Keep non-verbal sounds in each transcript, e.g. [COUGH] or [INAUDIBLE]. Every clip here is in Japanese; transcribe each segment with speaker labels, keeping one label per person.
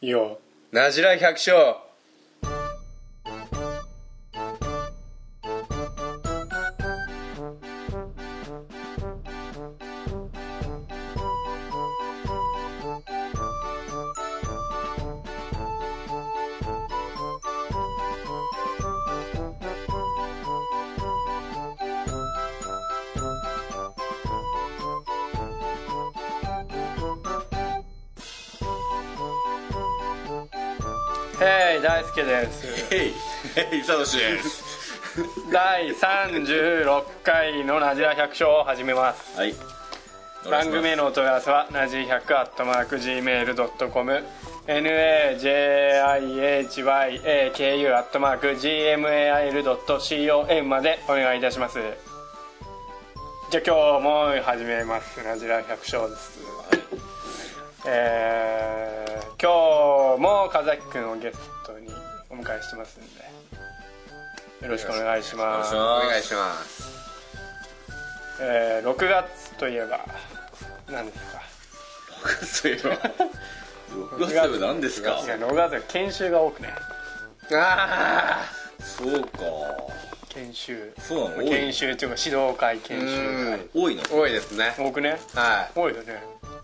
Speaker 1: いいよ
Speaker 2: なじら百姓
Speaker 1: ヘイ大輔です
Speaker 2: ヘイヘイサトシです
Speaker 1: 第36回のなじら百姓を始めます
Speaker 2: はい
Speaker 1: 番組へのお問い合わせはなじ100アットマーク Gmail.com najihyaku アットマーク gmail.com までお願いいたしますじゃあ今日も始めますなじら百姓です、えー今日も風崎くんをゲストにお迎えしてますんでよろしくお願いします
Speaker 2: お
Speaker 3: お
Speaker 2: 願
Speaker 3: 願
Speaker 2: い
Speaker 3: い
Speaker 2: し
Speaker 3: します
Speaker 1: えー6月といえば何ですか
Speaker 2: ますそういえば6月といえば何ですか
Speaker 1: いや6月は研修が多くね
Speaker 3: あ
Speaker 2: そうか
Speaker 1: 研修
Speaker 2: そうなの多
Speaker 1: 研
Speaker 2: い
Speaker 1: 修っていうか指導会研
Speaker 3: う
Speaker 1: 修
Speaker 3: ん
Speaker 2: 多いの
Speaker 3: 多いですね
Speaker 1: 会多くね
Speaker 3: は
Speaker 1: 多いよね
Speaker 3: い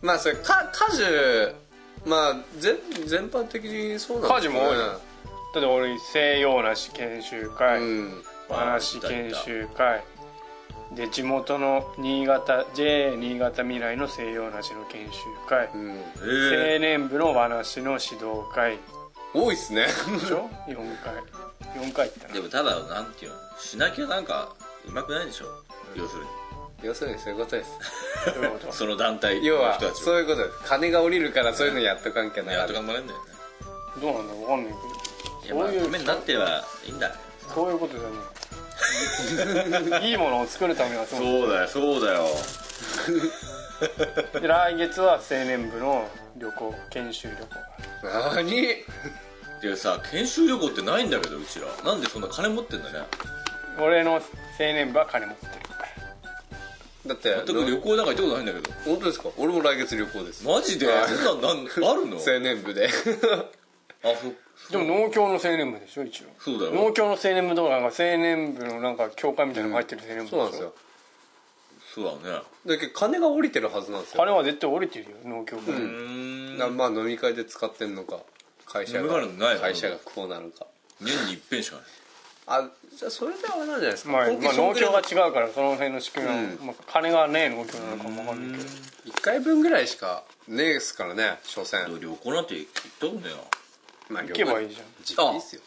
Speaker 3: まあそれか家事まあ全全般的にそうなんです
Speaker 1: 家事も多いよだって俺西洋梨研修会、
Speaker 3: うん
Speaker 1: 和梨研修会で地元の新潟 JA 新潟未来の西洋梨の研修会、
Speaker 3: うん
Speaker 2: え
Speaker 1: 青年部の和梨の指導会
Speaker 3: 多いっすね
Speaker 1: でしょ4回4回行った
Speaker 2: ー、
Speaker 1: な
Speaker 2: でもただなんていうのしなきゃなんかうまくないでしょ要するに
Speaker 3: 要するにそういうことです
Speaker 1: どういうこと
Speaker 2: その団体
Speaker 3: 要
Speaker 2: の
Speaker 3: は
Speaker 2: 人たち
Speaker 3: そ
Speaker 2: を
Speaker 3: ういうことです金が降りるからそういうのやっとかんけな
Speaker 2: やっとかんもらえんだよね
Speaker 1: どうなんだろうわかんない
Speaker 2: い
Speaker 1: け
Speaker 2: や
Speaker 1: ど
Speaker 2: ま
Speaker 1: そ
Speaker 2: あ
Speaker 1: ういう
Speaker 2: ためになってればいいんだ
Speaker 1: そういうことだねいいものを作るためにはそう
Speaker 2: うだよそうだよ
Speaker 1: で来月は青年部の旅行研修旅行がある
Speaker 3: 何
Speaker 2: でさ研修旅行ってないんだけどうちらなんでそんな金持ってんだね
Speaker 1: 俺の青年部は金持ってる
Speaker 3: だって
Speaker 2: 全く旅行なんか行ったことないんだけど
Speaker 3: 本当ですか俺も来月旅行です
Speaker 2: マジで
Speaker 3: はい
Speaker 2: そんなんなんあるのあ
Speaker 3: [LAUGHS] 青年部で
Speaker 2: そ
Speaker 1: でも農協の青年部でしょ一応
Speaker 2: そうだ
Speaker 1: 農
Speaker 2: よ
Speaker 1: 協の青年部とかなんか青年部のなんか協会みたいなのが入ってる青年部
Speaker 3: そうなんですよ
Speaker 2: そうだね
Speaker 3: だけど金が降りてるはずなんですよ
Speaker 1: 金は絶対降りてるよ農協から、
Speaker 2: うーん
Speaker 3: なまあ飲み会で使ってんのか会社
Speaker 2: 飲み会なんてない
Speaker 3: が
Speaker 2: よ
Speaker 3: 会社がこうなのか
Speaker 2: 年に一遍しかない
Speaker 3: あじゃあそれであれなんじゃないですか
Speaker 1: まあ、
Speaker 3: 今期
Speaker 1: まあ
Speaker 3: そん
Speaker 1: 農
Speaker 3: ぐら
Speaker 1: 協
Speaker 3: い
Speaker 1: が違うからその辺の仕組みは、まあ、金がねえ農協なのかもわかんないけど
Speaker 3: 1回分ぐらいしかねえですからね所詮
Speaker 2: 旅行なんて行ったことないよ
Speaker 3: まあ
Speaker 1: 行
Speaker 3: 行
Speaker 1: けばいいじゃん
Speaker 3: 実費ですよ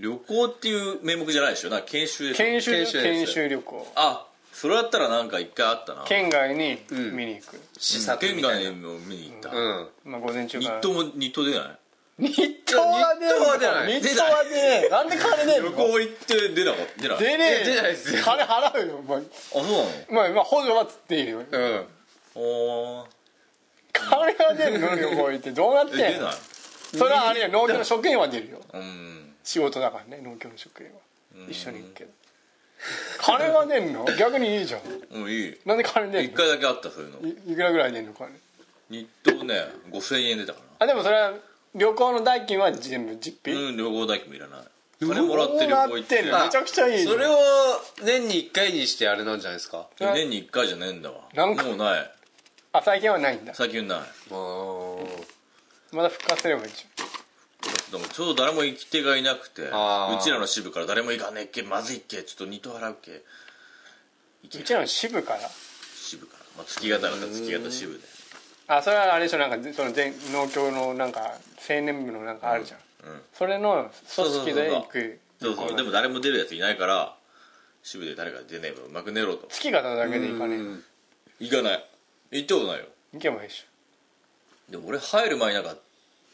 Speaker 2: 旅行っていう名目じゃないでしょなんか研修でしょ
Speaker 1: 研修
Speaker 3: 研修です
Speaker 1: 研修旅行
Speaker 2: あそれだったらなんか一回あったな
Speaker 1: 県外に見に行く、
Speaker 3: 視察
Speaker 2: 県
Speaker 3: みたい
Speaker 2: 外
Speaker 3: なうん
Speaker 2: を見に行った
Speaker 1: まあ午前中
Speaker 2: 日
Speaker 1: から
Speaker 2: 当も日当出ない
Speaker 1: 日当は出
Speaker 3: 日当は出ない
Speaker 1: ない日当は出ねえなんで金ねえの
Speaker 2: 旅行行って出なかった出ない
Speaker 1: 出ねえ
Speaker 3: 出ないっすよ
Speaker 1: 金払うよお前
Speaker 2: あそうなの
Speaker 1: まあまあ補助はつっているよ
Speaker 3: うん
Speaker 2: おー
Speaker 1: 金が出るの旅行行ってどうなってん
Speaker 2: え出
Speaker 1: の
Speaker 2: ない
Speaker 1: それはあれや農協の職員は出るよ
Speaker 2: うん
Speaker 1: 仕事だからね農協の職員は一緒に行くけど金が出んの逆にいいじゃん
Speaker 2: もういい
Speaker 1: なんで金出
Speaker 2: 一
Speaker 1: んの
Speaker 2: 回だけあったそういうの
Speaker 1: いいくらぐらい出んの金
Speaker 2: 日当ね5000円出たか
Speaker 1: あでもそれは旅行の代金は全部実
Speaker 2: な
Speaker 1: 費
Speaker 2: うん旅行代金もいらない金もらって旅行行って
Speaker 1: どうなってんのめちゃくちゃいいじゃん
Speaker 3: それを年に1回にしてあれなんじゃないですか
Speaker 2: 年に1回じゃねえんだわ
Speaker 1: なんか
Speaker 2: もうない
Speaker 1: あ最近はないんだ
Speaker 2: 最近ない
Speaker 3: あー
Speaker 1: まだ復活すればいいじ
Speaker 2: でもちょうど誰も行き手がいなくてう
Speaker 3: あー
Speaker 2: ちらの支部から誰も行かねえっけまずいっけちょっと二等払うっけ
Speaker 1: ゃんうちらの支部から
Speaker 2: 支部から、まあ、月型また月型支部で
Speaker 1: あそれはあれでしょなんかその全農協のなんか青年部のなんかあるじゃん、
Speaker 2: うん
Speaker 1: それの組織で行く
Speaker 2: そうそうでも誰も出るやついないから支部で誰か出ねえばうまくねえろと
Speaker 1: 月形だけで行かね
Speaker 3: うん
Speaker 2: 行かない行ったことないよ
Speaker 1: 行けばいいでし
Speaker 2: でも俺入る前になんか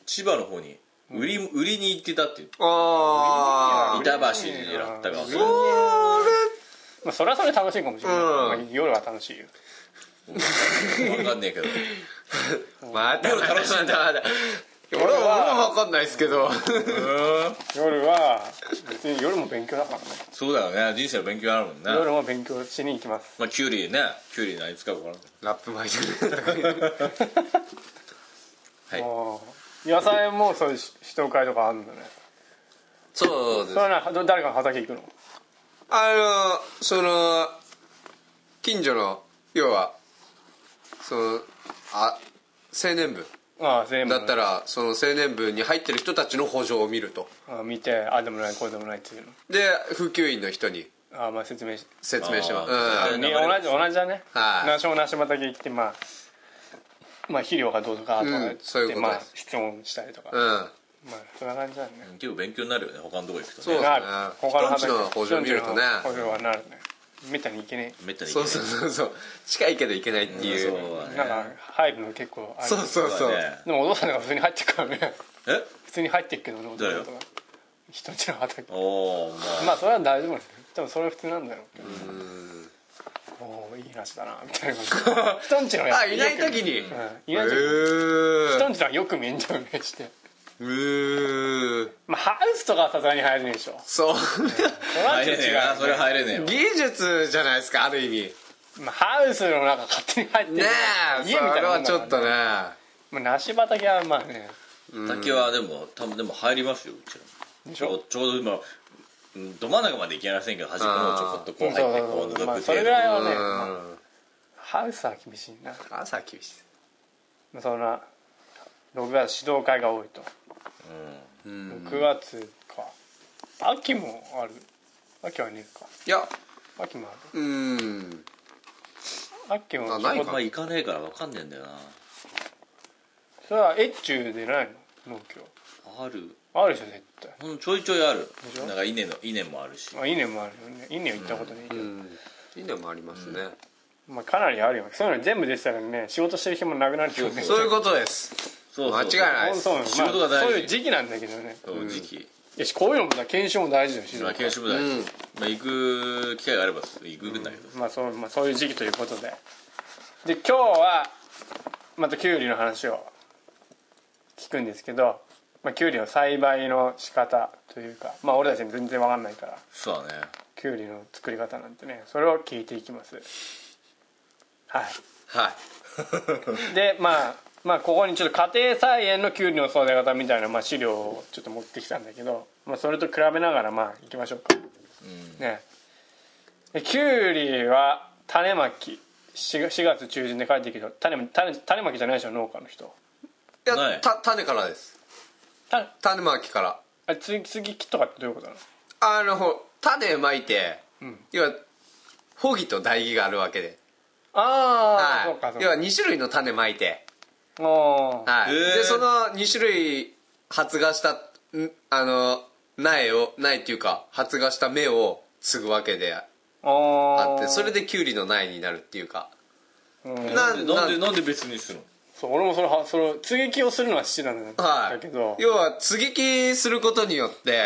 Speaker 2: 千葉の方に売り,、売りに行ってたって言って
Speaker 3: あ
Speaker 1: いい
Speaker 3: ー
Speaker 1: な
Speaker 2: 板橋だったか
Speaker 1: う
Speaker 3: そ
Speaker 2: そ
Speaker 1: ょ、まあ、それはそれ楽しいかもしれない、
Speaker 3: うん
Speaker 1: まあ夜は楽しいよ
Speaker 2: う分かんねえ [LAUGHS] けど
Speaker 3: れまた
Speaker 2: 夜楽しんだ
Speaker 3: また俺は俺も分かんないですけ [LAUGHS] ど
Speaker 1: 夜は別に夜も勉強だからね
Speaker 2: [LAUGHS] そうだよね人生の勉強あるもんね
Speaker 1: 夜も勉強しに行きます
Speaker 2: まあキュウリねキュウリ何使うか分からん
Speaker 3: ラップ巻いてる
Speaker 2: はい
Speaker 1: も野菜もそういうし人会とかあるんだね
Speaker 3: そうで
Speaker 1: そ
Speaker 3: す
Speaker 1: れはなど誰かの畑行くの
Speaker 3: あのその近所の要はそのあ青年部
Speaker 1: ああ全部
Speaker 3: だったらその青年部に入ってる人たちの補助を見ると
Speaker 1: あ見てああでもないこうでもないっていうの
Speaker 3: で普及員の人に
Speaker 1: ああまあ説明し
Speaker 3: 説明してます、
Speaker 2: あー
Speaker 3: うん
Speaker 1: 同じ同じだね
Speaker 3: はい
Speaker 1: なし同じ畑行ってまあまあ肥料がどうとかとか
Speaker 3: うんそういうこと
Speaker 1: まあ
Speaker 3: です
Speaker 1: 質問したりとか、
Speaker 3: うん
Speaker 1: まあそんな感じだね、
Speaker 2: 結構勉強になるよね他のとこ行くとね
Speaker 3: そう
Speaker 1: なる
Speaker 3: 人んちの補助を見るとね
Speaker 1: 人んちの補助はなるねめったに行けね
Speaker 2: めったに
Speaker 3: そう
Speaker 2: 行け
Speaker 3: そう
Speaker 2: ない
Speaker 3: そうそう近いけど行けないって
Speaker 2: うん
Speaker 3: い、
Speaker 2: そううだ
Speaker 1: え
Speaker 2: ね
Speaker 1: なんか入るの結構ある
Speaker 3: そうそう
Speaker 2: そ
Speaker 3: そうう
Speaker 2: だね
Speaker 1: でもお父さんとか普通に入ってく [LAUGHS] からね
Speaker 2: え
Speaker 1: 普通に入ってくけどねお父さんと
Speaker 2: 誰
Speaker 1: か人んちの畑
Speaker 2: おおまあ
Speaker 1: まあそれは大丈夫なんですよ多分それは普通なんだろうけどおおいい話だなみたいな感
Speaker 3: [LAUGHS]
Speaker 1: じ人んちのや
Speaker 3: あいない時に、
Speaker 1: う
Speaker 3: うんん、
Speaker 1: いない時人んちのはよく面倒見して
Speaker 3: うーん
Speaker 1: まあハウスとかはさすがに入れねえでしょ
Speaker 3: そう [LAUGHS]
Speaker 2: 入れねえなそれ入れねえよ
Speaker 3: 技術じゃないですかある意味
Speaker 1: まあ、ハウスの中勝手に入ってる
Speaker 3: ねえ
Speaker 1: 家みたい
Speaker 3: それ
Speaker 1: なも
Speaker 3: は
Speaker 1: んだから
Speaker 3: ちょっとね
Speaker 1: まあ、梨畑はまあね
Speaker 2: 竹はでも多分でも入りますようちら
Speaker 1: でし
Speaker 2: ち
Speaker 1: ょ
Speaker 2: ょちょうど今うんど真ん中まで行けませんけど端っこの方ちょこっとこう入ってこう覗く程度、
Speaker 1: まあ、それぐらいは
Speaker 3: う
Speaker 1: ね、まあ
Speaker 3: ん
Speaker 1: ハウスは厳しいな
Speaker 3: 朝は厳しい
Speaker 1: まあそんな6月指導会が多いと
Speaker 3: うん
Speaker 1: 6月か秋もある秋はねえか
Speaker 3: いや
Speaker 1: 秋もあ
Speaker 3: うん
Speaker 1: る秋も
Speaker 3: あない
Speaker 2: まあ行かねえから分かんねえんだよな
Speaker 1: それは越中でないの農協
Speaker 2: ある
Speaker 1: あるでしょ絶対
Speaker 2: ほんとちょいちょいある
Speaker 1: しょ
Speaker 2: なんか稲の稲もあるし
Speaker 1: まあ稲もあるよね稲は行ったことないけど、
Speaker 3: いいのもありますね、
Speaker 1: まあ、かなりあるよそういうの全部出てたらね仕事してる暇なくなるけどね
Speaker 3: そういうことです
Speaker 2: そうそう
Speaker 3: 間違いない
Speaker 1: 本当そうなの
Speaker 2: 仕事が大事
Speaker 1: まあ、そういう時期なんだけどね
Speaker 2: そう時期
Speaker 1: よしこういうのもさ研修も大事だよ静
Speaker 2: まあ
Speaker 1: 岡
Speaker 2: 研修も大事、
Speaker 3: うん
Speaker 2: まあ、行く機会があれば行くんだけど、
Speaker 1: まあそうまあ、そういう時期ということでで今日はまたキュウリの話を聞くんですけど、まあ、キュウリの栽培の仕方というかまあ俺たちも全然わかんないから
Speaker 2: そうだね
Speaker 1: キュウリの作り方なんてねそれを聞いていきますは
Speaker 3: はい
Speaker 1: でまあまあここにちょっと家庭菜園のキュウリの育て方みたいな、まあ、資料をちょっと持ってきたんだけど、まあ、それと比べながらまあいきましょうか
Speaker 2: い、うん、
Speaker 1: ねでキュウリは種まき 4, 月中旬で帰ってきた種種種まきじゃないでしょ農家の人
Speaker 3: い
Speaker 2: な
Speaker 3: や
Speaker 2: い
Speaker 3: た種からです
Speaker 1: 種
Speaker 3: 種まきから
Speaker 1: あ次次木とかってどういうことなの
Speaker 3: あのほ種まいて、
Speaker 1: ん
Speaker 3: 要はホギと代木があるわけで、
Speaker 1: ああ、
Speaker 3: は
Speaker 1: そうかそ
Speaker 3: い、要は
Speaker 1: う
Speaker 3: 2種類の種まいて、
Speaker 1: かおー
Speaker 3: はい、
Speaker 2: へー
Speaker 3: でその2種類発芽したんあの苗を苗っていうか発芽した芽を継ぐわけであ
Speaker 1: あ
Speaker 3: ってそれ
Speaker 1: で、
Speaker 3: でキュウリの苗になるっていうか
Speaker 1: うん
Speaker 2: [LAUGHS] な
Speaker 3: な
Speaker 2: んでなんでなんで別にするの
Speaker 1: そう俺もそれはそれ接ぎ木をするのは父なんだ,、
Speaker 3: はい、
Speaker 1: だけど
Speaker 3: 要は接ぎ木することによって、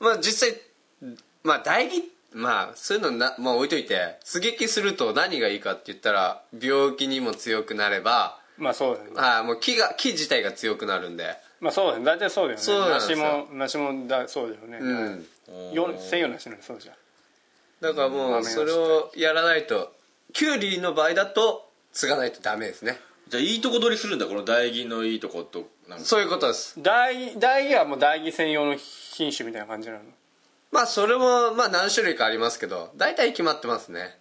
Speaker 3: まあ実際まあ代木まあそういうのな、まあ、置いといて接ぎ木すると何がいいかって言ったら病気にも強くなれば
Speaker 1: まあそうだよね
Speaker 3: ああもう木が木自体が強くなるんで
Speaker 1: まあそうだよね大体そうだよね
Speaker 3: そうなんです
Speaker 1: 梨
Speaker 3: よ
Speaker 1: も梨もだそうだよね、
Speaker 3: うん
Speaker 1: よ西洋梨なんてそうじゃん
Speaker 3: だからもうそれをやらないとキュウリの場合だと継がないとダメですね
Speaker 2: じゃあいいとこ取りするんだこの大銀のいいとことなんか
Speaker 3: そういうことです
Speaker 1: 大大義はもう大義専用の品種みたいな感じなの
Speaker 3: まあそれもまあ何種類かありますけど大体決まってますね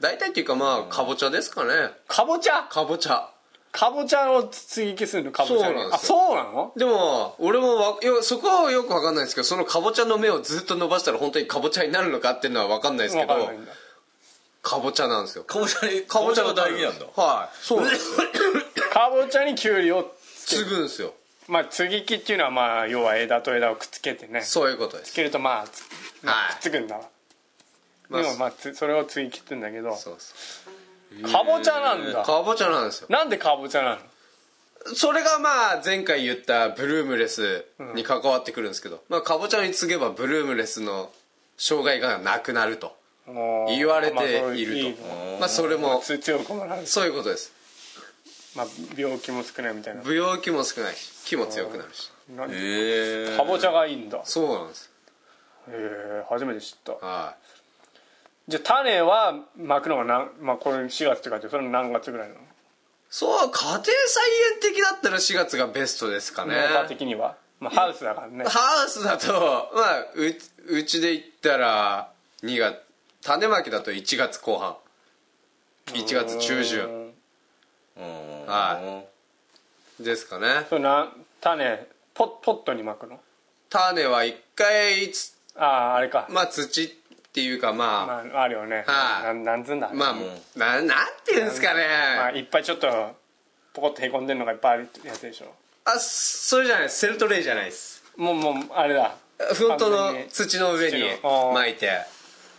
Speaker 3: 大体っていうかまあかぼちゃですかね
Speaker 1: かぼちゃ
Speaker 3: かぼちゃ
Speaker 1: かぼちゃを接ぎ木するのかぼちゃに
Speaker 3: そうなん
Speaker 1: あ
Speaker 3: ですよ
Speaker 1: そうなの
Speaker 3: でも俺もわよそこはよく分かんないですけどそのかぼちゃの芽をずっと伸ばしたら本当にかぼちゃになるのかっていうのは分かんないですけ
Speaker 1: わ
Speaker 3: ど
Speaker 1: かんないんだ
Speaker 3: かぼちゃなんですよ
Speaker 2: かぼちゃに
Speaker 3: かぼちゃ
Speaker 2: か
Speaker 3: の
Speaker 2: ぼちゃが大銀なんだ
Speaker 3: はいそうなんですよ
Speaker 1: かぼちゃにきゅうりを、
Speaker 3: 継ぐんですよ
Speaker 1: まあ、接ぎ木っていうのはまあ要は枝と枝をくっつけてねくっ
Speaker 3: そういうことです
Speaker 1: つけるとまあつ
Speaker 3: はい
Speaker 1: くっつくんだわ、
Speaker 3: まあ
Speaker 1: でもまあつそれを接ぎ木って言うんだけど
Speaker 3: そうそ
Speaker 1: かぼちゃなん
Speaker 3: う
Speaker 1: だ
Speaker 3: かぼちゃなんですよ
Speaker 1: なんでかぼちゃなの
Speaker 3: それがまあ前回言ったブルームレスに関わってくるんですけど、まあかぼちゃに継げばブルームレスの障害がなくなると
Speaker 1: もう
Speaker 3: 言われてい
Speaker 1: まあそう
Speaker 3: ると
Speaker 1: いい
Speaker 3: まあそれも
Speaker 1: つ強くもなるし、
Speaker 3: そういうことです
Speaker 1: まあ、病気も少ないみたいな
Speaker 3: 不要気も少ないし気も強くなるし
Speaker 1: なんで
Speaker 2: へえ
Speaker 1: かぼちゃがいいんだへ
Speaker 3: そうなんです
Speaker 1: え初めて知った
Speaker 3: はい
Speaker 1: じゃあ種はまくのは何、まあ、これ4月って書いてあるそれは何月ぐらいなの
Speaker 3: そう家庭菜園的だったら4月がベストですかね
Speaker 1: メーカー的には、まあ、ハウスだからね
Speaker 3: ハウスだとまあうちうちで言ったら2月種まきだと1月後半1月中旬
Speaker 1: うん
Speaker 2: うん
Speaker 3: はですかね
Speaker 1: それな種ポッポットにまくの
Speaker 3: 種は1回つ
Speaker 1: あああれか、
Speaker 3: まあ土っていうかま
Speaker 1: まあ、あるよね、
Speaker 3: はい
Speaker 1: なんなんつうんだ
Speaker 3: あまあ、
Speaker 2: うん
Speaker 3: ななんていうんですかね
Speaker 1: まあ、いっぱいちょっとポコッとへこんでるのがいっぱいあるってやつでしょ
Speaker 3: あそれじゃないですセルトレイじゃないです
Speaker 1: もうもうあれだ
Speaker 3: フロントの
Speaker 1: 完全に
Speaker 3: 土の上に
Speaker 1: 土のあー
Speaker 3: 巻いて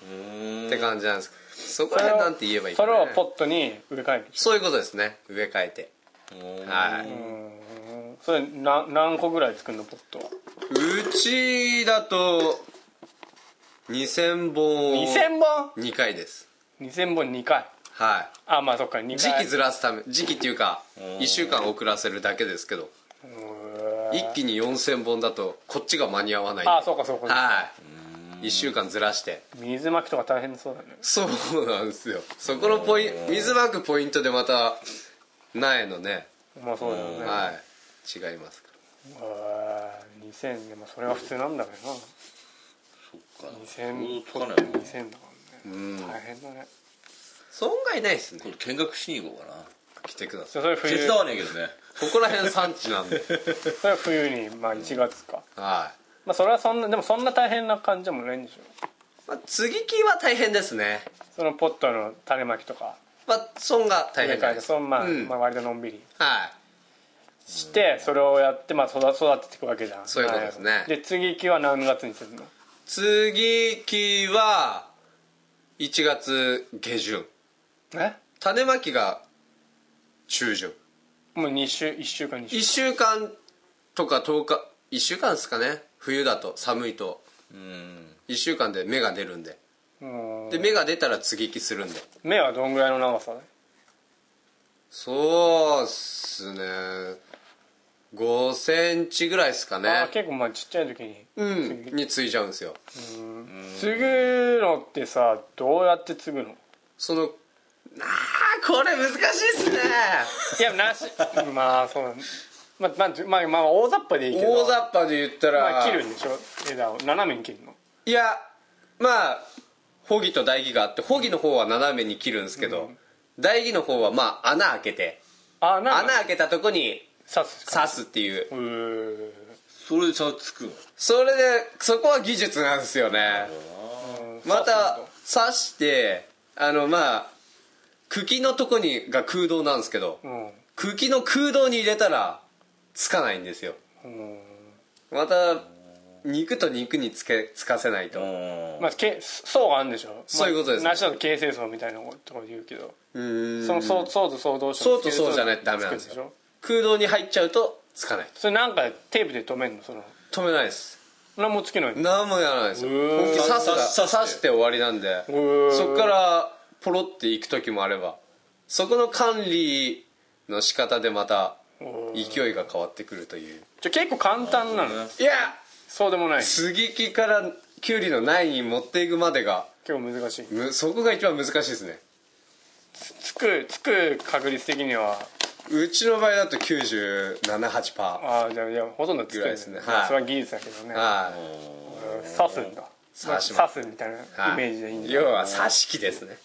Speaker 2: うん
Speaker 3: って感じなんですそこら辺なんて言えばいいか
Speaker 1: そ
Speaker 3: な
Speaker 1: れをポットに植え替える
Speaker 3: そういうことですね植え替えて
Speaker 2: うん
Speaker 3: はいう
Speaker 1: ーんそれな何個ぐらい作るのポットは
Speaker 3: うちだと2000本を
Speaker 1: 2000本
Speaker 3: 2回です
Speaker 1: 2000本2回
Speaker 3: は
Speaker 1: あまあそっか2
Speaker 3: い
Speaker 1: 回
Speaker 3: 時期ずらすため時期っていうか
Speaker 2: ん
Speaker 3: 1週間遅らせるだけですけど
Speaker 1: うーん
Speaker 3: 一気に4000本だとこっちが間に合わない
Speaker 1: あそうかそうか
Speaker 3: はい1週間ずらして
Speaker 1: 水まきとか大変そうだね
Speaker 3: そうなんですよそこのポイント水まくポイントでまた苗のね
Speaker 1: まあそうだよね
Speaker 3: はい違いますか
Speaker 1: あー2000でもそれは普通なんだけどな
Speaker 2: そっか
Speaker 1: 2000
Speaker 2: そうつかないな
Speaker 1: 2000だからね大変だね
Speaker 3: ら損害ないですね
Speaker 2: これ見学しに行こうかな
Speaker 3: 来てくだ
Speaker 1: じ
Speaker 3: さ
Speaker 1: ゃ
Speaker 3: い
Speaker 1: あそれ
Speaker 2: 手
Speaker 1: 冬
Speaker 2: 伝わねえけどね
Speaker 3: ここら辺産地な
Speaker 1: [LAUGHS]
Speaker 3: んで
Speaker 1: それは冬にまあ1月か
Speaker 3: はい
Speaker 1: まあそれはそんなでもそんな大変な感じでもないんでしょ
Speaker 3: まあ、継ぎ木は大変ですね。
Speaker 1: そのポットの種まきとか
Speaker 3: まあ、損が大
Speaker 1: 植え
Speaker 3: 変じゃ
Speaker 1: 替え
Speaker 3: ないで
Speaker 1: て
Speaker 3: す。
Speaker 1: そのまあ
Speaker 3: うん
Speaker 1: まあ割とのんびり
Speaker 3: はい。
Speaker 1: してそれをやってまあ育育てていくわけじゃん
Speaker 3: そういうことですね
Speaker 1: はいで次期は何月にするの
Speaker 3: 継ぎ木は、1月下旬。
Speaker 1: え
Speaker 3: 種まきが中旬。
Speaker 1: もう2週1週間2週
Speaker 3: 1週間とか10日、1週間ですかね。冬だと、寒いと。
Speaker 2: うん
Speaker 3: 1週間で芽が出るんで。
Speaker 1: うーん
Speaker 3: で、芽が出たら継ぎ木するんで。
Speaker 1: 目はどんぐらいの長さ
Speaker 3: そうっすね。5センチぐらいですか
Speaker 1: あ
Speaker 3: ね。
Speaker 1: 結構まあちっちゃい時に
Speaker 3: うん。に継いじゃうんですよ。
Speaker 1: 継ぐのってさどうやって継ぐの
Speaker 3: その、あー、これ難しいっすね。
Speaker 1: いやなし [LAUGHS] まあそうなんまあまあまあ、まあ、大雑把でいいけど
Speaker 3: 大雑把で言ったら、
Speaker 1: まあ切るんでしょ枝を斜めに切るの
Speaker 3: いやまあホギと台木があってホギの方は斜めに切るんですけど、台木の方はまあ穴開けて
Speaker 1: あな
Speaker 3: 穴開けたとこに
Speaker 1: 刺すか
Speaker 3: 刺すっていう
Speaker 1: うー
Speaker 2: それでちゃんとつくの
Speaker 3: それでそこは技術なんですよね
Speaker 1: うん
Speaker 3: また
Speaker 1: 刺
Speaker 3: 刺してあのまあ茎のとこにが空洞なんですけど
Speaker 1: すの
Speaker 3: 茎の空洞に入れたらつかないんですよ
Speaker 1: うん、うん
Speaker 3: また肉と肉につけつかせないと、
Speaker 2: うん
Speaker 1: まあ、け層があるんでしょ
Speaker 3: そういうことですね
Speaker 1: まあ梨だと形成層みたいなことを言うけど
Speaker 3: うん
Speaker 1: その層層と層同士
Speaker 3: そ
Speaker 1: の
Speaker 3: うとそうじゃないとダメなんです
Speaker 1: つける
Speaker 3: よ
Speaker 1: でしょ
Speaker 3: 空洞に入っちゃうとつかない
Speaker 1: それなんかテープで止めんのその
Speaker 3: 止めないです
Speaker 1: 何もつけないの
Speaker 3: 何もやらないですよ
Speaker 1: うーん
Speaker 3: 本気刺す
Speaker 2: 刺す刺
Speaker 3: 刺
Speaker 2: す
Speaker 3: して終わりなんで
Speaker 1: ーん
Speaker 3: そっからポロっていく時もあればそこの管理の仕方でまた勢いが変わってくるという
Speaker 1: じゃあ結構簡単なの
Speaker 3: いや
Speaker 1: そうでもない結
Speaker 3: 接ぎ木からキュウリの苗に持っていくまでが
Speaker 1: 構難しい
Speaker 3: むそこが一番難しいですね
Speaker 1: つくつく確率的には
Speaker 3: うちの場合だと978パ
Speaker 1: ああじゃあいやほとんどつく
Speaker 3: ぐ
Speaker 1: ん
Speaker 3: らい
Speaker 1: だ
Speaker 3: ですねはい
Speaker 1: それは技術だけどね
Speaker 3: ーは
Speaker 1: うん刺すんだ
Speaker 3: 刺し
Speaker 1: まあ
Speaker 3: ます
Speaker 1: 刺すみたいない
Speaker 3: はい
Speaker 1: イメージでいいんだ
Speaker 3: 要は刺し木ですね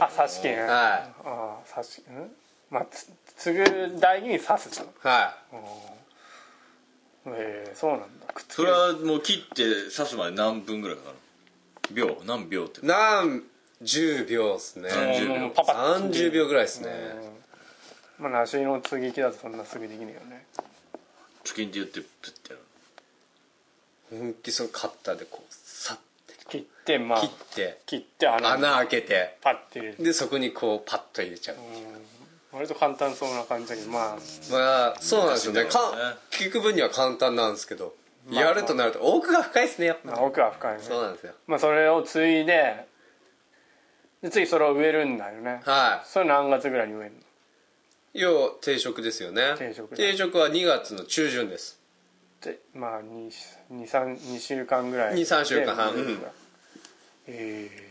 Speaker 1: あ刺し剣あ
Speaker 3: はい
Speaker 1: あ刺しんまあつつぐ代に刺すじゃん
Speaker 3: はい
Speaker 1: ええそうなんだくっつ
Speaker 2: それはもう切って刺すまで何分ぐらいかかる秒何秒って
Speaker 3: 何10秒ですね
Speaker 2: うん
Speaker 1: け
Speaker 2: 30秒
Speaker 1: もうパパッと
Speaker 3: 30秒ぐらいですね
Speaker 1: まあ梨の継ぎ木だとそんなすぐできないよね
Speaker 2: チキンって言ってプッてやる
Speaker 3: 本気そのカッターでこうさって
Speaker 1: 切ってまあ
Speaker 3: 切って
Speaker 1: 切って穴に
Speaker 3: 穴開けて
Speaker 1: パッて入れる
Speaker 3: でそこにこうパッと入れちゃう
Speaker 1: 割と簡単そうな感じだけどまあ
Speaker 3: まあそうなんですよね
Speaker 2: 難しいんだろうね
Speaker 3: か聞く分には簡単なんですけどやるとなると奥が深いですねやっ
Speaker 1: ま
Speaker 3: ぱ
Speaker 1: あ奥は深いね
Speaker 3: そうなんですよ
Speaker 1: まあそれを継いでで次それを植えるんだよね
Speaker 3: は
Speaker 1: それ何月ぐらいに植えるの
Speaker 3: い要は定食ですよね
Speaker 1: 定食
Speaker 3: 定食は2月の中旬です
Speaker 1: でまあ23週間ぐらい
Speaker 3: 二三週間半
Speaker 1: で
Speaker 3: うん
Speaker 1: ええ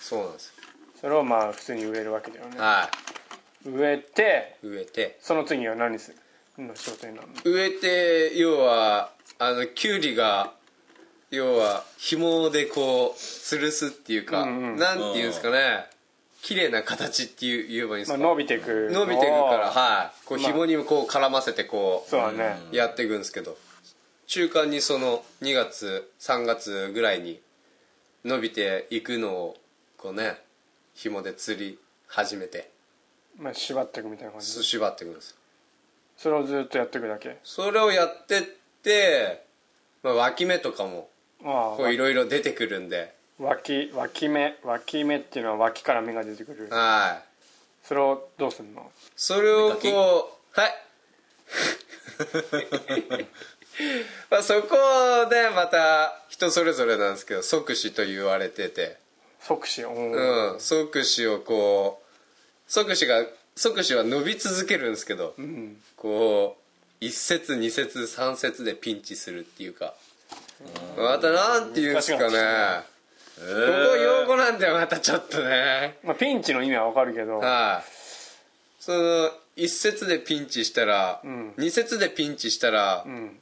Speaker 3: そうなんです
Speaker 1: それをまあ普通に植えるわけだよね
Speaker 3: よは
Speaker 1: 植えて
Speaker 3: 植えて
Speaker 1: その次は何するの仕事になるの
Speaker 3: 植えて要はあのキュウリが要は紐でこう吊るすっていうか、
Speaker 1: うんうん
Speaker 3: なんていうんですかね綺麗な形っていう言えばいいんで
Speaker 1: ますあ、
Speaker 3: か、
Speaker 1: 伸びていく
Speaker 3: 伸びていくから
Speaker 1: は
Speaker 3: はいこう
Speaker 1: まあ
Speaker 3: 紐にこう絡ませてこ
Speaker 1: そうだね
Speaker 3: うやっていくんですけど中間にその2月3月ぐらいに伸びていくのをこうね紐で釣り始めて
Speaker 1: まあ縛っていくみたいな感じ
Speaker 3: 縛っていくんですよ
Speaker 1: それをずっとやっていくだけ
Speaker 3: それをやってって、まあ、脇芽とかも
Speaker 1: あ
Speaker 3: こういろいろ出てくるんで
Speaker 1: あ脇脇芽脇芽っていうのは脇から芽が出てくる
Speaker 3: はい
Speaker 1: それをどうすんの
Speaker 3: それを
Speaker 2: 芽
Speaker 3: こうはい [LAUGHS] まあそこでまた人それぞれなんですけど即死と言われてて、
Speaker 1: 即死うん
Speaker 3: うん、即死をこう即死が即死は伸び続けるんですけど、
Speaker 1: ん
Speaker 3: こう1節2節3節でピンチするっていうかまたなんて言うんですかね
Speaker 1: 難しい
Speaker 2: え
Speaker 3: こ
Speaker 2: ー
Speaker 3: こ用語なんだよまたちょっとね
Speaker 1: まあ、ピンチの意味はわかるけど
Speaker 3: はい、その一節でピンチしたら、
Speaker 1: ん
Speaker 3: 二節でピンチしたら、
Speaker 1: うん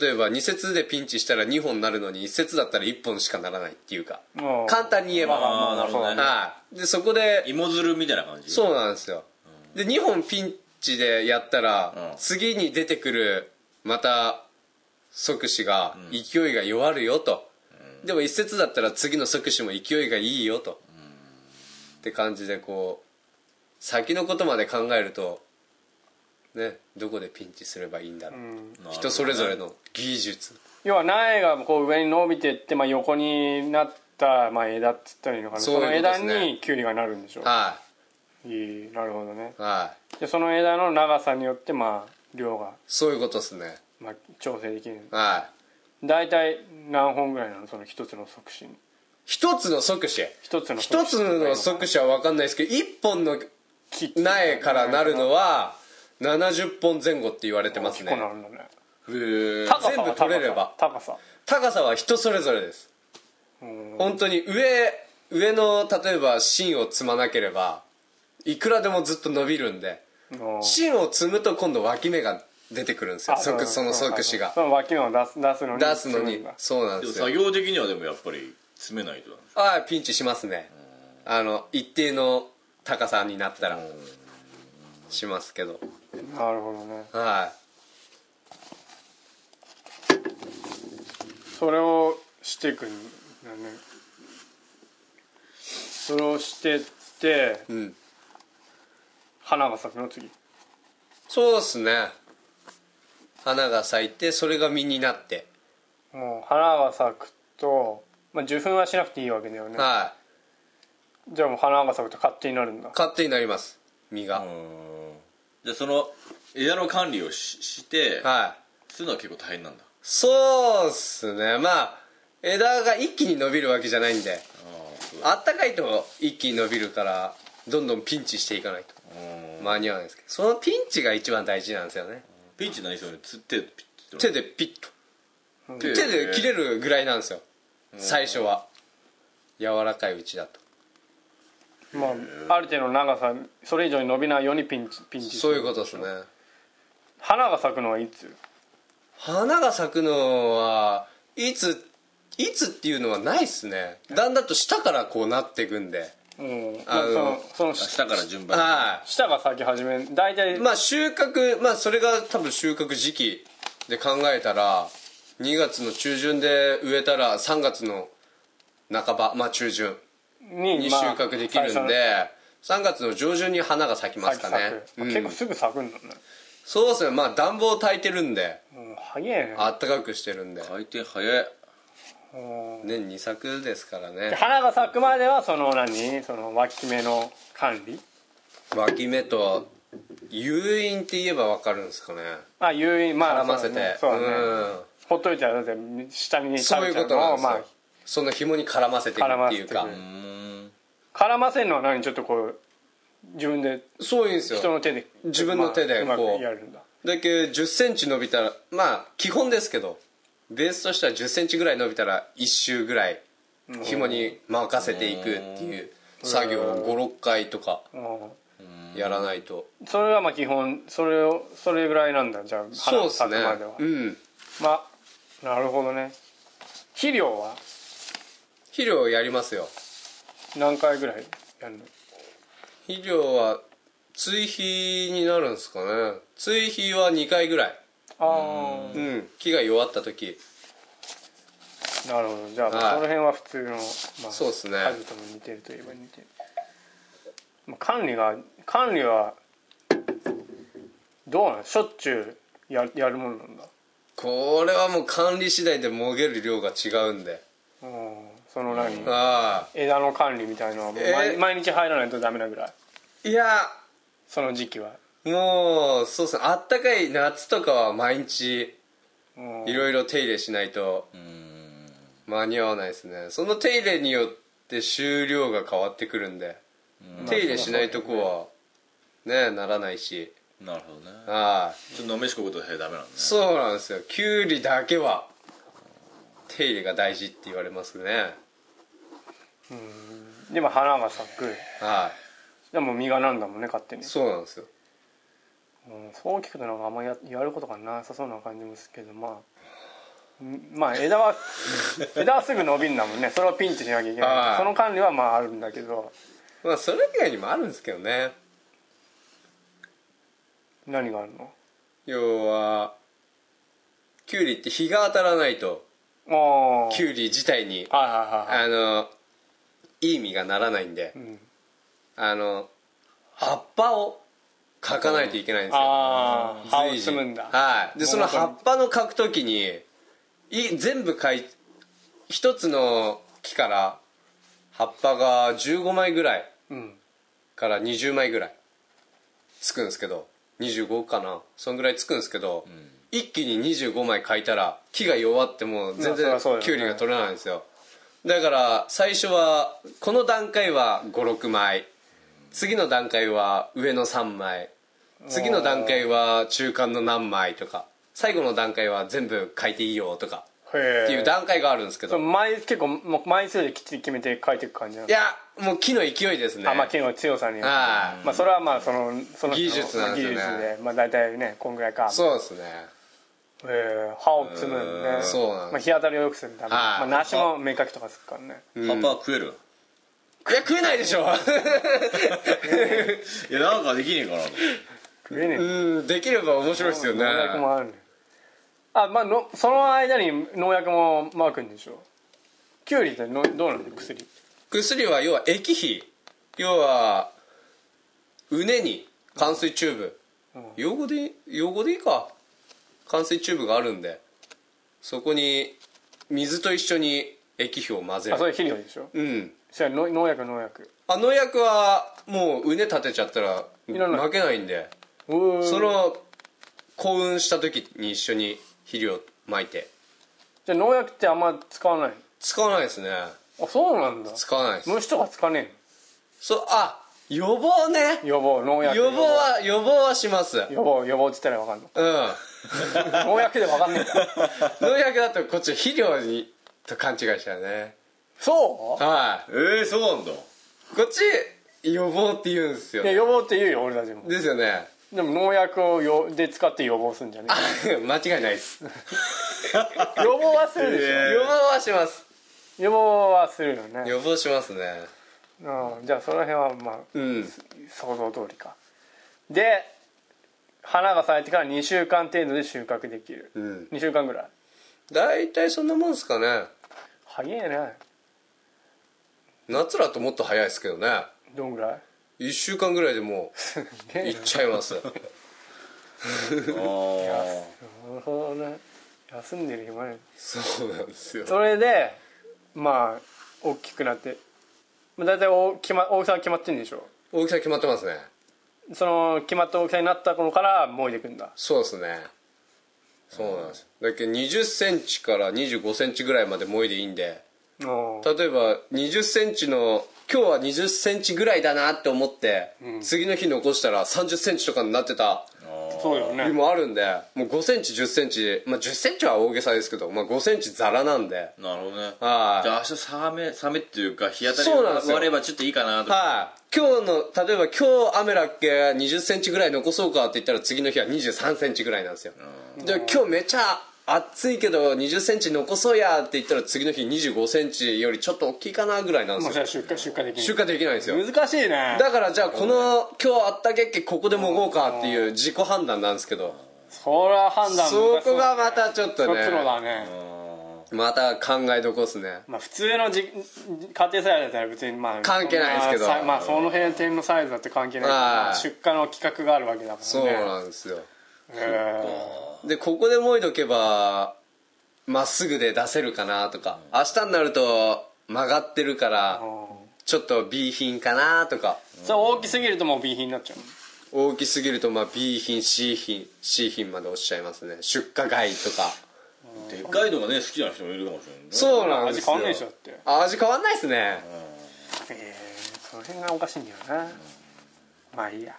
Speaker 3: 例えば二節でピンチしたら2本になるのに一節だったら1本しかならないっていうか
Speaker 1: もう
Speaker 3: 簡単に言えば
Speaker 2: あーなるほどね
Speaker 3: はいでそこで
Speaker 2: 芋づるみたいな感じう
Speaker 3: そうなんですよで2本ピンチでやったら、
Speaker 2: うん
Speaker 3: 次に出てくるまた即死が勢いが弱るよと、でも一節だったら次の即死も勢いがいいよと、って感じでこう先のことまで考えるとねどこでピンチすればいいんだろう、人それぞれの技術
Speaker 1: 要は苗がこう上に伸びていって、まあ、横になった、まあ、枝っつったらいいのかな
Speaker 3: そういうこと
Speaker 1: の
Speaker 3: です
Speaker 1: 枝
Speaker 3: ね
Speaker 1: にキュウリがなるんでしょ
Speaker 3: はい
Speaker 1: いなるほどね
Speaker 3: いはい
Speaker 1: でその枝の長さによってまあ量が、
Speaker 3: そういうことですね
Speaker 1: まあ、調整できる
Speaker 3: はい
Speaker 1: 大体何本ぐらいなのその一つの促進
Speaker 3: 一つの即死
Speaker 1: 一つの
Speaker 3: 一つの即死は分かんないですけど一本の
Speaker 1: 死
Speaker 3: 苗からなるのは70本前後って言われてますね
Speaker 1: 結構なるんだね
Speaker 3: 全
Speaker 1: 高さは
Speaker 3: 部取れれば
Speaker 1: 高さ
Speaker 3: 高さは人それぞれです
Speaker 1: 高さうん
Speaker 3: 本当に上上の例えば芯を積まなければいくらでもずっと伸びるんで
Speaker 1: うん
Speaker 3: 芯を積むと今度脇芽が出てくるんですよ
Speaker 1: あ
Speaker 3: 即その即死が
Speaker 1: その脇芽を出す出すのに
Speaker 3: 出すの
Speaker 1: 強いん
Speaker 3: に
Speaker 1: だ
Speaker 3: そうなん
Speaker 2: で
Speaker 3: で
Speaker 2: も
Speaker 3: すよ
Speaker 2: 作業的にはでもやっぱり詰めないとだね
Speaker 3: ああピンチしますねあの一定の高さになったらしますけど
Speaker 1: なるほどね
Speaker 3: はい
Speaker 1: それをしていくんだねそれをしてって、
Speaker 3: ん
Speaker 1: 花が咲くの次
Speaker 3: そうですね花が咲いてそれが実になって
Speaker 1: もう花が咲くと、まあ、受粉はしなくていいわけだよね
Speaker 3: は
Speaker 1: じゃあもう花が咲くと勝手になるんだ
Speaker 3: い勝手になります実が、
Speaker 2: でその枝の管理をしして
Speaker 3: はい
Speaker 2: するのは結構大変なんだ
Speaker 3: そうっすねまあ枝が一気に伸びるわけじゃないんで
Speaker 2: ああそうだ
Speaker 3: あったかいと一気に伸びるからどんどんピンチしていかないと
Speaker 2: うん
Speaker 3: 間に合わないですけどそのピンチが一番大事なんですよね
Speaker 2: ピンチ何それつってピッ
Speaker 3: 手でピッと手で切れるぐらいなんですよ最初は柔らかいうちだと
Speaker 1: まあある程度の長さそれ以上に伸びないようにピンチピンチ
Speaker 3: そういうことですね
Speaker 1: 花が咲くのはいつ
Speaker 3: 花が咲くのはいついつっていうのはないっすねだんだんと下からこうなっていくんで
Speaker 1: うんま
Speaker 3: あ
Speaker 1: あそ
Speaker 3: の
Speaker 1: のその
Speaker 2: 下から順番に
Speaker 3: はい
Speaker 1: 下が咲き始め大体
Speaker 3: まあ収穫まあそれが多分収穫時期で考えたら2月の中旬で植えたら3月の半ばまあ中旬
Speaker 1: に
Speaker 3: に収
Speaker 1: まあ
Speaker 3: 穫できる
Speaker 1: 最初
Speaker 3: ん
Speaker 1: の
Speaker 3: で3月の上旬に花が咲きます
Speaker 1: 咲き
Speaker 3: か
Speaker 1: 咲
Speaker 3: ね
Speaker 1: く、
Speaker 3: うん
Speaker 1: 結構すぐ咲くんだね
Speaker 3: そうですねまあ暖房炊いてるんで
Speaker 1: うん早いね
Speaker 3: あったかくしてるんで
Speaker 2: 回転早い
Speaker 1: うん
Speaker 3: 年2作ですから
Speaker 1: で
Speaker 3: ね
Speaker 1: 花が咲くまではその何その脇芽の管理
Speaker 3: 脇芽と誘引って言えば分かるんですかね
Speaker 1: まあ誘引まあ
Speaker 3: 絡ませて
Speaker 1: そうだねそうだね
Speaker 3: うん
Speaker 1: ほっといたらだって下に食
Speaker 3: そう
Speaker 1: べ
Speaker 3: いう
Speaker 1: ちゃ
Speaker 3: こ
Speaker 1: う
Speaker 3: とな
Speaker 1: の
Speaker 3: ん
Speaker 1: を
Speaker 3: です
Speaker 1: ま
Speaker 3: よ
Speaker 1: あ
Speaker 3: その紐に絡ませていくっていう
Speaker 1: 絡
Speaker 3: か
Speaker 1: ませて
Speaker 2: うーん
Speaker 1: 絡ませるのは何ちょっとこう自分で
Speaker 3: そういうんですよ
Speaker 1: 人の手で
Speaker 3: 自分の手で
Speaker 1: まあう
Speaker 3: こ
Speaker 1: ま
Speaker 3: う
Speaker 1: くやるんだ
Speaker 3: だけ1 0ンチ伸びたらまあ基本ですけどベースとしては1 0ンチぐらい伸びたら1周ぐらい紐に任せていくっていう作業を56回とか
Speaker 1: うん
Speaker 3: やらないと、
Speaker 1: それはまあ基本それをそれぐらいなんだじゃあ
Speaker 3: そうですね
Speaker 1: 花咲くまでは
Speaker 3: うん
Speaker 1: まあなるほどね肥料は
Speaker 3: 肥料やりますよ
Speaker 1: 何回ぐらいやるの
Speaker 3: 肥料は追肥になるんですかね追肥は2回ぐらい
Speaker 1: あ
Speaker 3: うん木が弱った時
Speaker 1: あなるほどじゃあまあ
Speaker 3: はい
Speaker 1: その辺は普通の、まあ、
Speaker 3: そうですね
Speaker 1: 数とも似てるといえば似てる、まあ、管理が管理はどうなのしょっちゅうややるもんなんだ
Speaker 3: これはもう管理次第でもげる量が違うんで
Speaker 1: うんその何、
Speaker 3: あ
Speaker 1: 枝の管理みたいのはもう毎,、
Speaker 3: えー
Speaker 1: 毎日入らないとダメなぐらい
Speaker 3: あいや
Speaker 1: その時期は
Speaker 3: もうそうですねあったかい夏とかは毎日
Speaker 1: うん
Speaker 3: いろいろ手入れしないと
Speaker 2: うん
Speaker 3: 間に合わないですねその手入れによって収量が変わってくるんで手入れしないとこはねならないし
Speaker 2: なるほどね
Speaker 3: ああ
Speaker 2: ちょっとのめしこことへダメなんですね
Speaker 3: そうなんですよキュウリだけは手入れが大事って言われますね
Speaker 1: でも花が咲く
Speaker 3: は
Speaker 1: でも実がなんだもんね勝手に
Speaker 3: いそうなんですよ
Speaker 1: うん、そう聞くとなんかあんまややることがなさそうな感じもするけどまあんまあ枝
Speaker 3: [LAUGHS]
Speaker 1: は枝はすぐ伸びるんだもんねそれをピンチしなきゃいけな
Speaker 3: はいい
Speaker 1: その管理はまああるんだけど
Speaker 3: まあそれ以外にもあるんですけどね
Speaker 1: 何があるの
Speaker 3: 要はキュウリって日が当たらないと
Speaker 1: ああ
Speaker 3: キュウリ自体に
Speaker 1: はいはいはいはい
Speaker 3: あのいい実がならないんで
Speaker 1: うん
Speaker 3: あの葉っぱをかかないといけないんですよ
Speaker 1: ああ葉を
Speaker 3: 随時
Speaker 1: 摘むんだ
Speaker 3: はいでその葉っぱの描くときにい全部描い一つの木から葉っぱが15枚ぐらい
Speaker 1: うん
Speaker 3: から20枚ぐらいつくんですけど25かなそんぐらいつくんですけど、一気に25枚描いたら木が弱ってもう
Speaker 1: ま
Speaker 3: 全
Speaker 1: あそり
Speaker 3: 然
Speaker 1: ゃそうよね
Speaker 3: キュウリが取れないんですよだから最初はこの段階は56枚次の段階は上の3枚次の段階は中間の何枚とか最後の段階は全部書いていいよとか
Speaker 1: へ
Speaker 3: っていう
Speaker 1: え
Speaker 3: 段階があるんですけど、
Speaker 1: 枚結構もう枚数できっちり決めて書いていく感じなん
Speaker 3: いやもう木の勢いですね
Speaker 1: あまあ剣の強さによって
Speaker 3: はい
Speaker 1: まあそれはまあそのその人の
Speaker 3: 技術なんですよね
Speaker 1: 技術でまあ大体ねこんぐらいか
Speaker 3: そうですね
Speaker 1: えー、歯を摘むんで、
Speaker 3: うんそうなんです
Speaker 1: まあ、日当たりを良くするため、
Speaker 3: はい
Speaker 1: まあ、梨も芽かきとかするからね
Speaker 2: 葉っぱは食える
Speaker 3: いや食えないで [LAUGHS] しょ
Speaker 2: いやなんかできねえかなと思って
Speaker 1: 食えねえ
Speaker 3: うんできれば面白いですよ
Speaker 1: 農
Speaker 3: ね
Speaker 1: 薬もあるねあまあのその間に農薬もまくんでしょキュウリってのどうなの薬
Speaker 3: 薬は要は液肥要は畝に灌水チューブ、用語で用語でいいか灌水チューブがあるんでそこに水と一緒に液肥を混ぜ
Speaker 1: あそ
Speaker 3: る
Speaker 1: れ肥料でしょ
Speaker 3: うん
Speaker 1: それはの農薬農薬
Speaker 3: あ農薬はもう畝立てちゃったら
Speaker 1: らない
Speaker 3: 負けないんで
Speaker 1: うー
Speaker 3: その幸運した時に一緒に肥料撒いて
Speaker 1: じゃあ農薬ってあんま使わない
Speaker 3: 使わないですね
Speaker 1: あそうなんだ
Speaker 3: 使わないです
Speaker 1: 虫とか使わね
Speaker 3: そうあ予防ね
Speaker 1: えの予防農薬
Speaker 3: 予防は予防はしますうん
Speaker 1: 予防予防っつったら分かんの農薬で分かんねえから
Speaker 3: [LAUGHS] 農薬だとこっち肥料にと勘違いしちゃうね
Speaker 1: そ
Speaker 3: は
Speaker 2: えー、そうなんだ
Speaker 3: いこっち予防って言うんですよ
Speaker 1: ういや予防って言うよ俺たちも
Speaker 3: ですよね [LAUGHS]
Speaker 1: でも農薬をよで使って予防するんじゃね
Speaker 3: 間違いないです予
Speaker 1: え予防はするでしょ、
Speaker 2: えー
Speaker 3: 防はします
Speaker 1: 予防はするよね
Speaker 3: 予防しますね
Speaker 1: うん、じゃあその辺はまあ
Speaker 3: うん
Speaker 1: 想像通りかで花が咲いてから2週間程度で収穫できる、
Speaker 3: うん
Speaker 1: 2週間ぐらい
Speaker 3: 大体そんなもんですかね
Speaker 1: 早いね
Speaker 3: 夏だともっと早いですけどね
Speaker 1: どんぐらい
Speaker 3: 1週間ぐらいでもうい [LAUGHS]
Speaker 1: ね
Speaker 3: っちゃいます
Speaker 2: あ
Speaker 1: なるほどね休んでる暇ない
Speaker 3: そうなんですよ
Speaker 1: それでまあ大きくなってまあ大体大決、ま、大きさが決まってるんでしょ
Speaker 3: 大きさ決まってますね
Speaker 1: その決まった大きさになった頃からもいでいくんだ
Speaker 3: そうですねそうなんですよだけど2 0ンチから2 5ンチぐらいまでもいでいいんで
Speaker 1: おー
Speaker 3: 例えば2 0ンチの今日は2 0ンチぐらいだなって思って、次の日残したら3 0ンチとかになってた
Speaker 2: ーあー
Speaker 1: そうよね
Speaker 3: もあるんでもう5センチ1 0センチ、まあ、1 0センチは大げさですけど、まあ、5センチザラなんで
Speaker 2: なるほどね
Speaker 3: はい
Speaker 2: じゃあ明日サメサメっていうか日当たり
Speaker 3: そうなん
Speaker 2: が
Speaker 3: ですよ
Speaker 2: 割ればちょっといいかなとか
Speaker 3: はい、今日の例えば今日雨らっけ2 0ンチぐらい残そうかって言ったら次の日は2 3ンチぐらいなんですよじゃあ今日めちゃ暑いけど2 0ンチ残そうやって言ったら次の日2 5ンチよりちょっと大きいかなぐらいなん
Speaker 1: もう
Speaker 3: で
Speaker 1: そ
Speaker 3: す
Speaker 1: れ
Speaker 3: よ
Speaker 1: は出荷出荷できない
Speaker 3: 出荷できないんですよ
Speaker 1: 難しいね
Speaker 3: だからじゃあこの今日あったけっけここでもごうかっていう自己判断なんですけど
Speaker 1: それは判断難し
Speaker 3: そこが
Speaker 1: だ
Speaker 3: またちょっと
Speaker 1: そっ
Speaker 3: ね
Speaker 1: ちのだね
Speaker 3: また考えどこっすね
Speaker 1: まあ普通のじ家庭サイズだったら別にまあ
Speaker 3: 関係ないですけど
Speaker 1: まあさまあその閉店のサイズだって関係ないけど、
Speaker 3: はい
Speaker 1: まあ出荷の企画があるわけだからね
Speaker 3: そうなんですよ
Speaker 1: え
Speaker 3: でここでもいとけばまっすぐで出せるかなとか明日になると曲がってるから
Speaker 1: ーうん
Speaker 3: ちょっと B 品かなとか
Speaker 1: それ大きすぎるともう B 品になっちゃう
Speaker 3: 大きすぎるとまあ B 品 C 品 C 品までおっしゃいますね出荷外とか
Speaker 2: でっかいのがね好きな人もいるかもしれないね
Speaker 3: そうなんです
Speaker 1: 味変
Speaker 3: よ
Speaker 1: わんないでしょだって
Speaker 3: 味変わんないですね
Speaker 1: えー、その辺がおかしいんだよな、まあいいや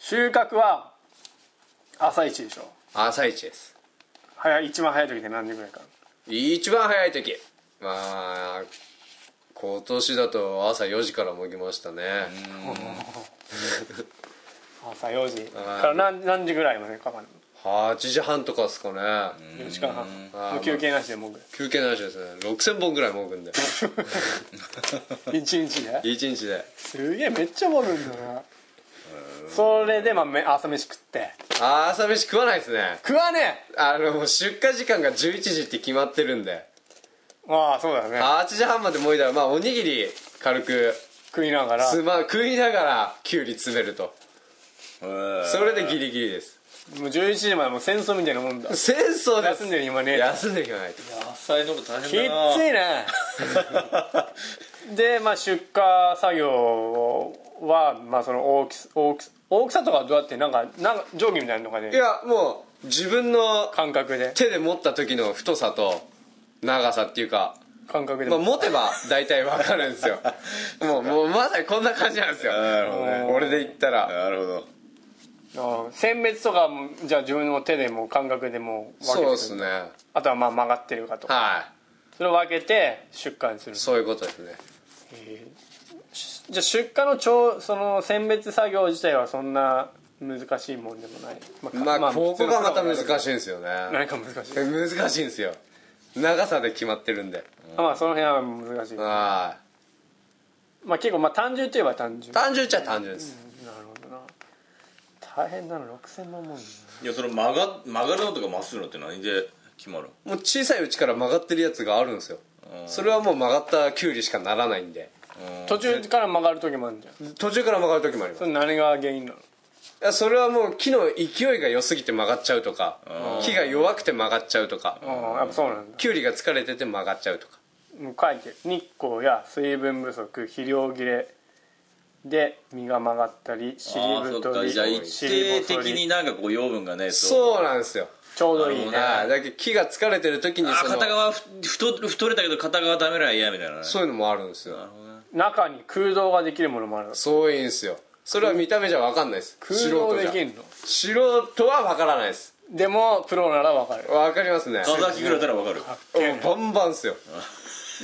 Speaker 1: 収穫は朝一でしょ
Speaker 3: 朝一です
Speaker 1: 早い一番早い時で何時ぐらいから
Speaker 3: 一番早い時まあ今年だと朝4時からもぎましたね
Speaker 1: 朝4時
Speaker 3: あー
Speaker 1: から何何時ぐらいまでかかる
Speaker 3: 8時半とかですかね
Speaker 1: の4時間半
Speaker 3: あー
Speaker 1: もう休憩なしで [LAUGHS] もぐ
Speaker 3: 休憩なしですね6000本ぐらいもぐんで
Speaker 1: 1日で
Speaker 3: 一日です
Speaker 1: げえめっちゃもぐんだなそれでまあめ朝飯食って
Speaker 3: あー朝飯食わないですね
Speaker 1: 食わね
Speaker 3: あのもう出荷時間が11時って決まってるんで
Speaker 1: えああそうだよね
Speaker 3: 8時半までもいだらまあおにぎり軽く
Speaker 1: 食いながら
Speaker 3: つま食いながらきゅうり詰めると
Speaker 2: へー
Speaker 3: それでギリギリです
Speaker 1: もう11時までもう戦争みたいなもんだ
Speaker 3: 戦争です
Speaker 1: 休んでる今ね
Speaker 3: 休んでいかないと
Speaker 2: 野菜のこと大
Speaker 1: きっ
Speaker 2: 変だな
Speaker 1: ついね
Speaker 3: [LAUGHS]
Speaker 1: で、まあ、出荷作業は、まあ、その大きさ大きさ大きさとかはどうやってなんかなんか定規みたいなのとか
Speaker 3: い
Speaker 1: で
Speaker 3: やもう自分の
Speaker 1: 感覚で
Speaker 3: 手で持った時の太さと長さっていうか、
Speaker 1: 感覚で
Speaker 3: まあ、持てば大体わかるんです
Speaker 2: [LAUGHS]
Speaker 3: よもうもうまさにこんな感じなんですよ
Speaker 2: なるほどね
Speaker 3: 俺で言ったら
Speaker 2: なるほど
Speaker 1: ああ選別とかもじゃあ自分の手でもう感覚でもう分けて
Speaker 3: そうですね
Speaker 1: あとはまあ曲がってるかとか
Speaker 3: はい
Speaker 1: それを分けて出荷にする
Speaker 3: そういうことですね
Speaker 1: へえしじゃあ出荷の調その選別作業自体はそんな難しいもんでもないまか
Speaker 3: まあここがまた難しい
Speaker 1: 普通の作業だけ
Speaker 3: んですよね
Speaker 1: ど何か難しい
Speaker 3: 難しいんですよ長さで決まってるんで
Speaker 1: あまあその辺は難しい
Speaker 3: は
Speaker 1: まあ結構まあ単純といえば単純
Speaker 3: い
Speaker 1: なる
Speaker 3: 単純っちゃ単純です
Speaker 1: ほどな大変なの6000万もんね
Speaker 2: いやその曲が曲がるのとかまっすぐのって何で決まる
Speaker 3: もう小さいうちから曲がってるやつがあるんですよそれはもう曲がったキュウリしかならないんで
Speaker 1: 途中から曲がる時もあるじゃん
Speaker 3: 途中から曲がる時もあります
Speaker 1: それ何が原因なの
Speaker 3: いやそれはもう木の勢いが良すぎて曲がっちゃうとか木が弱くて曲がっちゃうとか
Speaker 1: ああやっぱそうなんだ
Speaker 3: キュウリが疲れてて曲がっちゃうとか
Speaker 1: もう書いてる日光や水分不足肥料切れで身が曲がったり尻
Speaker 2: ああそ
Speaker 1: 太
Speaker 2: っか
Speaker 1: り
Speaker 2: じゃあ一
Speaker 1: 尻
Speaker 2: 定
Speaker 1: 太
Speaker 2: 的に
Speaker 1: り
Speaker 2: なんかこう養分がね
Speaker 3: そうなんですよ
Speaker 1: ちょうどいいね
Speaker 3: はいだけど木が疲れてる時に
Speaker 2: あ
Speaker 3: その
Speaker 2: 片側ふ太太れたけど片側ダメなら嫌みたいなね
Speaker 3: そういうのもあるんですよ
Speaker 2: なるほどね
Speaker 1: 中に空洞ができるものもある
Speaker 3: そういうんですよそれは見た目じゃ分かんないです
Speaker 1: 空洞で
Speaker 3: 素
Speaker 1: き
Speaker 3: 人じゃ
Speaker 1: るの
Speaker 3: 素人は分からないです
Speaker 1: でもプロならわかる
Speaker 3: 分かりますね
Speaker 2: ガザキぐらいだったらわかる
Speaker 3: うんバンバンっすよ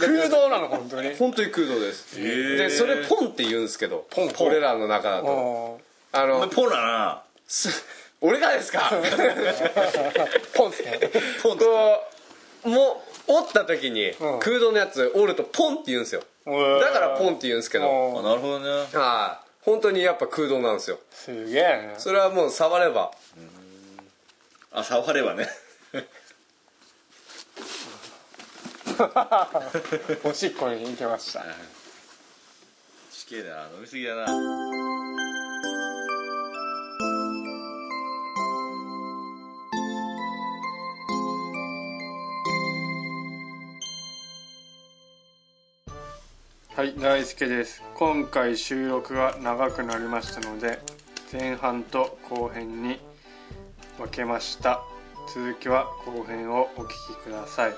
Speaker 1: 空洞なの本当に
Speaker 3: 本当に空洞ですでそれポンって言うんですけど
Speaker 1: ポンポン
Speaker 3: 俺らの中だと
Speaker 1: お
Speaker 3: あ
Speaker 2: お前
Speaker 3: の
Speaker 2: ポーだな
Speaker 3: す俺がですか
Speaker 1: [LAUGHS] ポンって
Speaker 3: ポンこうもう折った時に
Speaker 1: うん
Speaker 3: 空洞のやつ折るとポンって言うんですよ
Speaker 1: ー
Speaker 3: だからポンって言うんですけど
Speaker 2: あ
Speaker 1: おー
Speaker 2: なるほどね
Speaker 3: はい本当にやっぱ空洞なんですよ
Speaker 1: すげえね
Speaker 3: それはもう触れば
Speaker 2: あ触ればね
Speaker 1: おしっこに行きました
Speaker 2: 死刑だな飲みすぎだな
Speaker 1: はい大輔です今回収録が長くなりましたので前半と後編に分けました続きは後編をお聞きください